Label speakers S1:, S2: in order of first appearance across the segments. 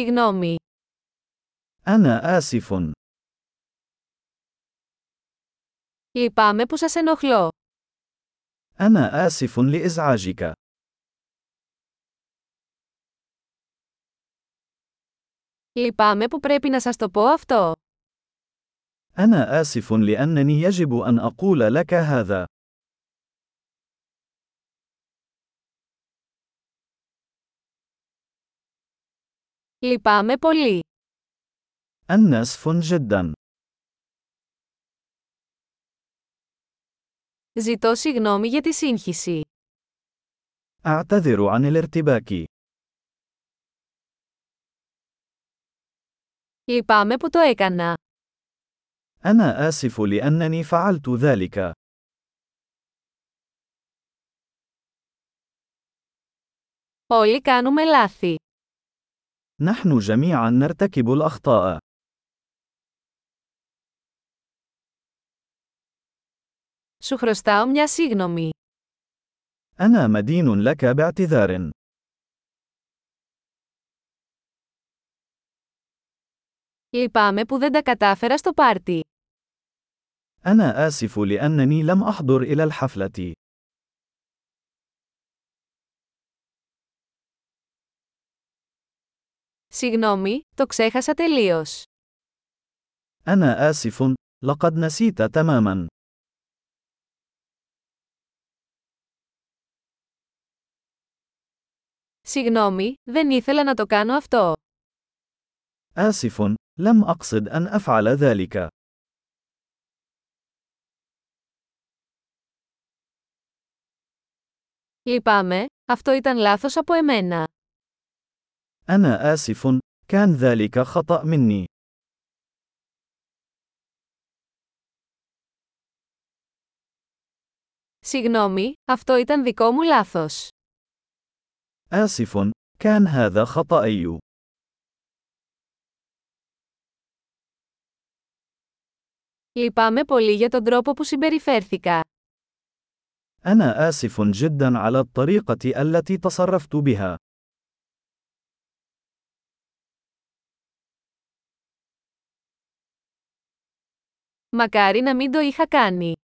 S1: Συγγνώμη.
S2: أنا آسف.
S1: Λυπάμαι που σας ενοχλώ.
S2: أنا آسف لإزعاجك.
S1: Λυπάμαι που πρέπει να σας το πω αυτό.
S2: أنا آسف لأنني يجب أن أقول لك هذا.
S1: Λυπάμαι πολύ.
S2: أنا آسف جدا.
S1: Ζητώ συγγνώμη για τη σύγχυση.
S2: أعتذر عن الارتباك.
S1: Λυπάμαι που το έκανα.
S2: أنا آسف لأنني فعلت ذلك.
S1: Όλοι κάνουμε λάθη.
S2: نحن جميعا نرتكب الأخطاء.
S1: Σου χρωστάω μια σύγγνωμη.
S2: أنا مدين لك باعتذار.
S1: Λυπάμαι που δεν τα κατάφερα στο πάρτι.
S2: أنا آسف لأنني لم أحضر إلى الحفلة.
S1: Συγγνώμη, το ξέχασα τελείως.
S2: أنا آسف. لقد نسيت تماما.
S1: Συγγνώμη, δεν ήθελα να το κάνω αυτό.
S2: آسف. لم أقصد أن أفعل ذلك.
S1: Λυπάμαι, αυτό ήταν λάθος από εμένα.
S2: أنا آسف. كان ذلك خطأ مني.
S1: Συγγνώμη, αυτό ήταν δικό μου λάθος.
S2: آسف. كان هذا خطأي.
S1: Λυπάμαι πολύ για τον τρόπο που συμπεριφέρθηκα.
S2: أنا آسف جدا على الطريقة التي تصرفت بها.
S1: Μακάρι να μην το είχα κάνει.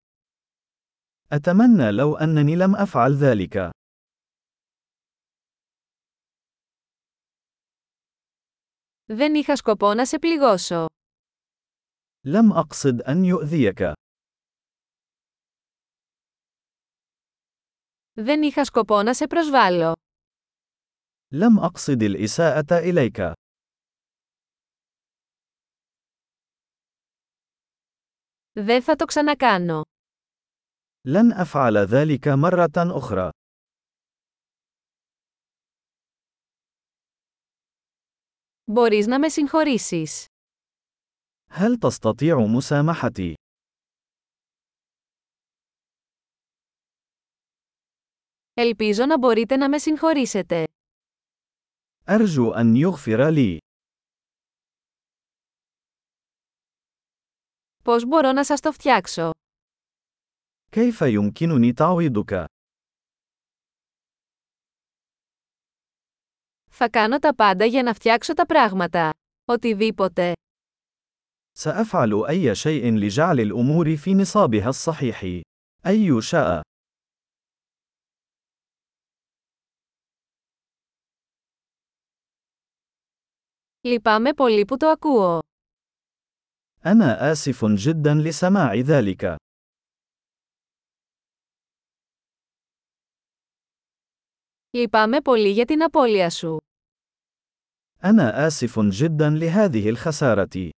S2: أتمنى لو أنني لم أفعل ذلك.
S1: Δεν είχα σκοπό να σε πληγώσω.
S2: لم أقصد أن يؤذيك.
S1: Δεν είχα σκοπό να σε προσβάλλω.
S2: لم أقصد الإساءة إليك.
S1: Δεν θα το ξανακάνω.
S2: لن أفعل ذلك مرة أخرى.
S1: Μπορείς να με συγχωρήσεις.
S2: هل تستطيع مسامحتي؟
S1: Ελπίζω να μπορείτε να με συγχωρήσετε.
S2: أرجو أن يغفر لي.
S1: Πώς μπορώ να σας το φτιάξω.
S2: كيف يمكنني تعويضك؟
S1: Θα κάνω τα πάντα για να φτιάξω τα πράγματα. Οτιδήποτε.
S2: سأفعل أي شيء لجعل الأمور في نصابها الصحيح. أي شاء.
S1: Λυπάμαι πολύ που το ακούω.
S2: أنا آسف جدا لسماع ذلك.
S1: Λυπάμαι πολύ για την απώλεια σου.
S2: أنا آسف جدا لهذه الخسارة.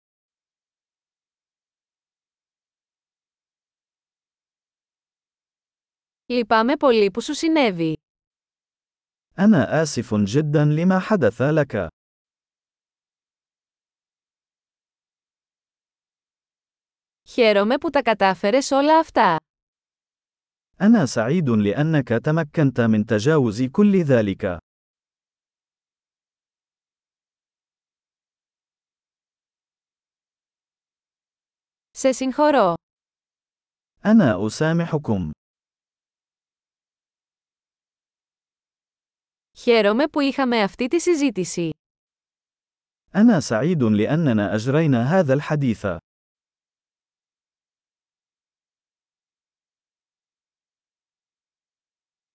S1: Λυπάμαι πολύ που σου συνέβη.
S2: أنا آسف جدا لما حدث لك.
S1: Χαίρομαι που τα κατάφερες όλα αυτά.
S2: أنا سعيد لأنك تمكنت من تجاوز كل ذلك.
S1: Σε συγχωρώ.
S2: أنا أسامحكم.
S1: Χαίρομαι που είχαμε αυτή τη συζήτηση.
S2: أنا سعيد لأننا أجرينا هذا الحديث.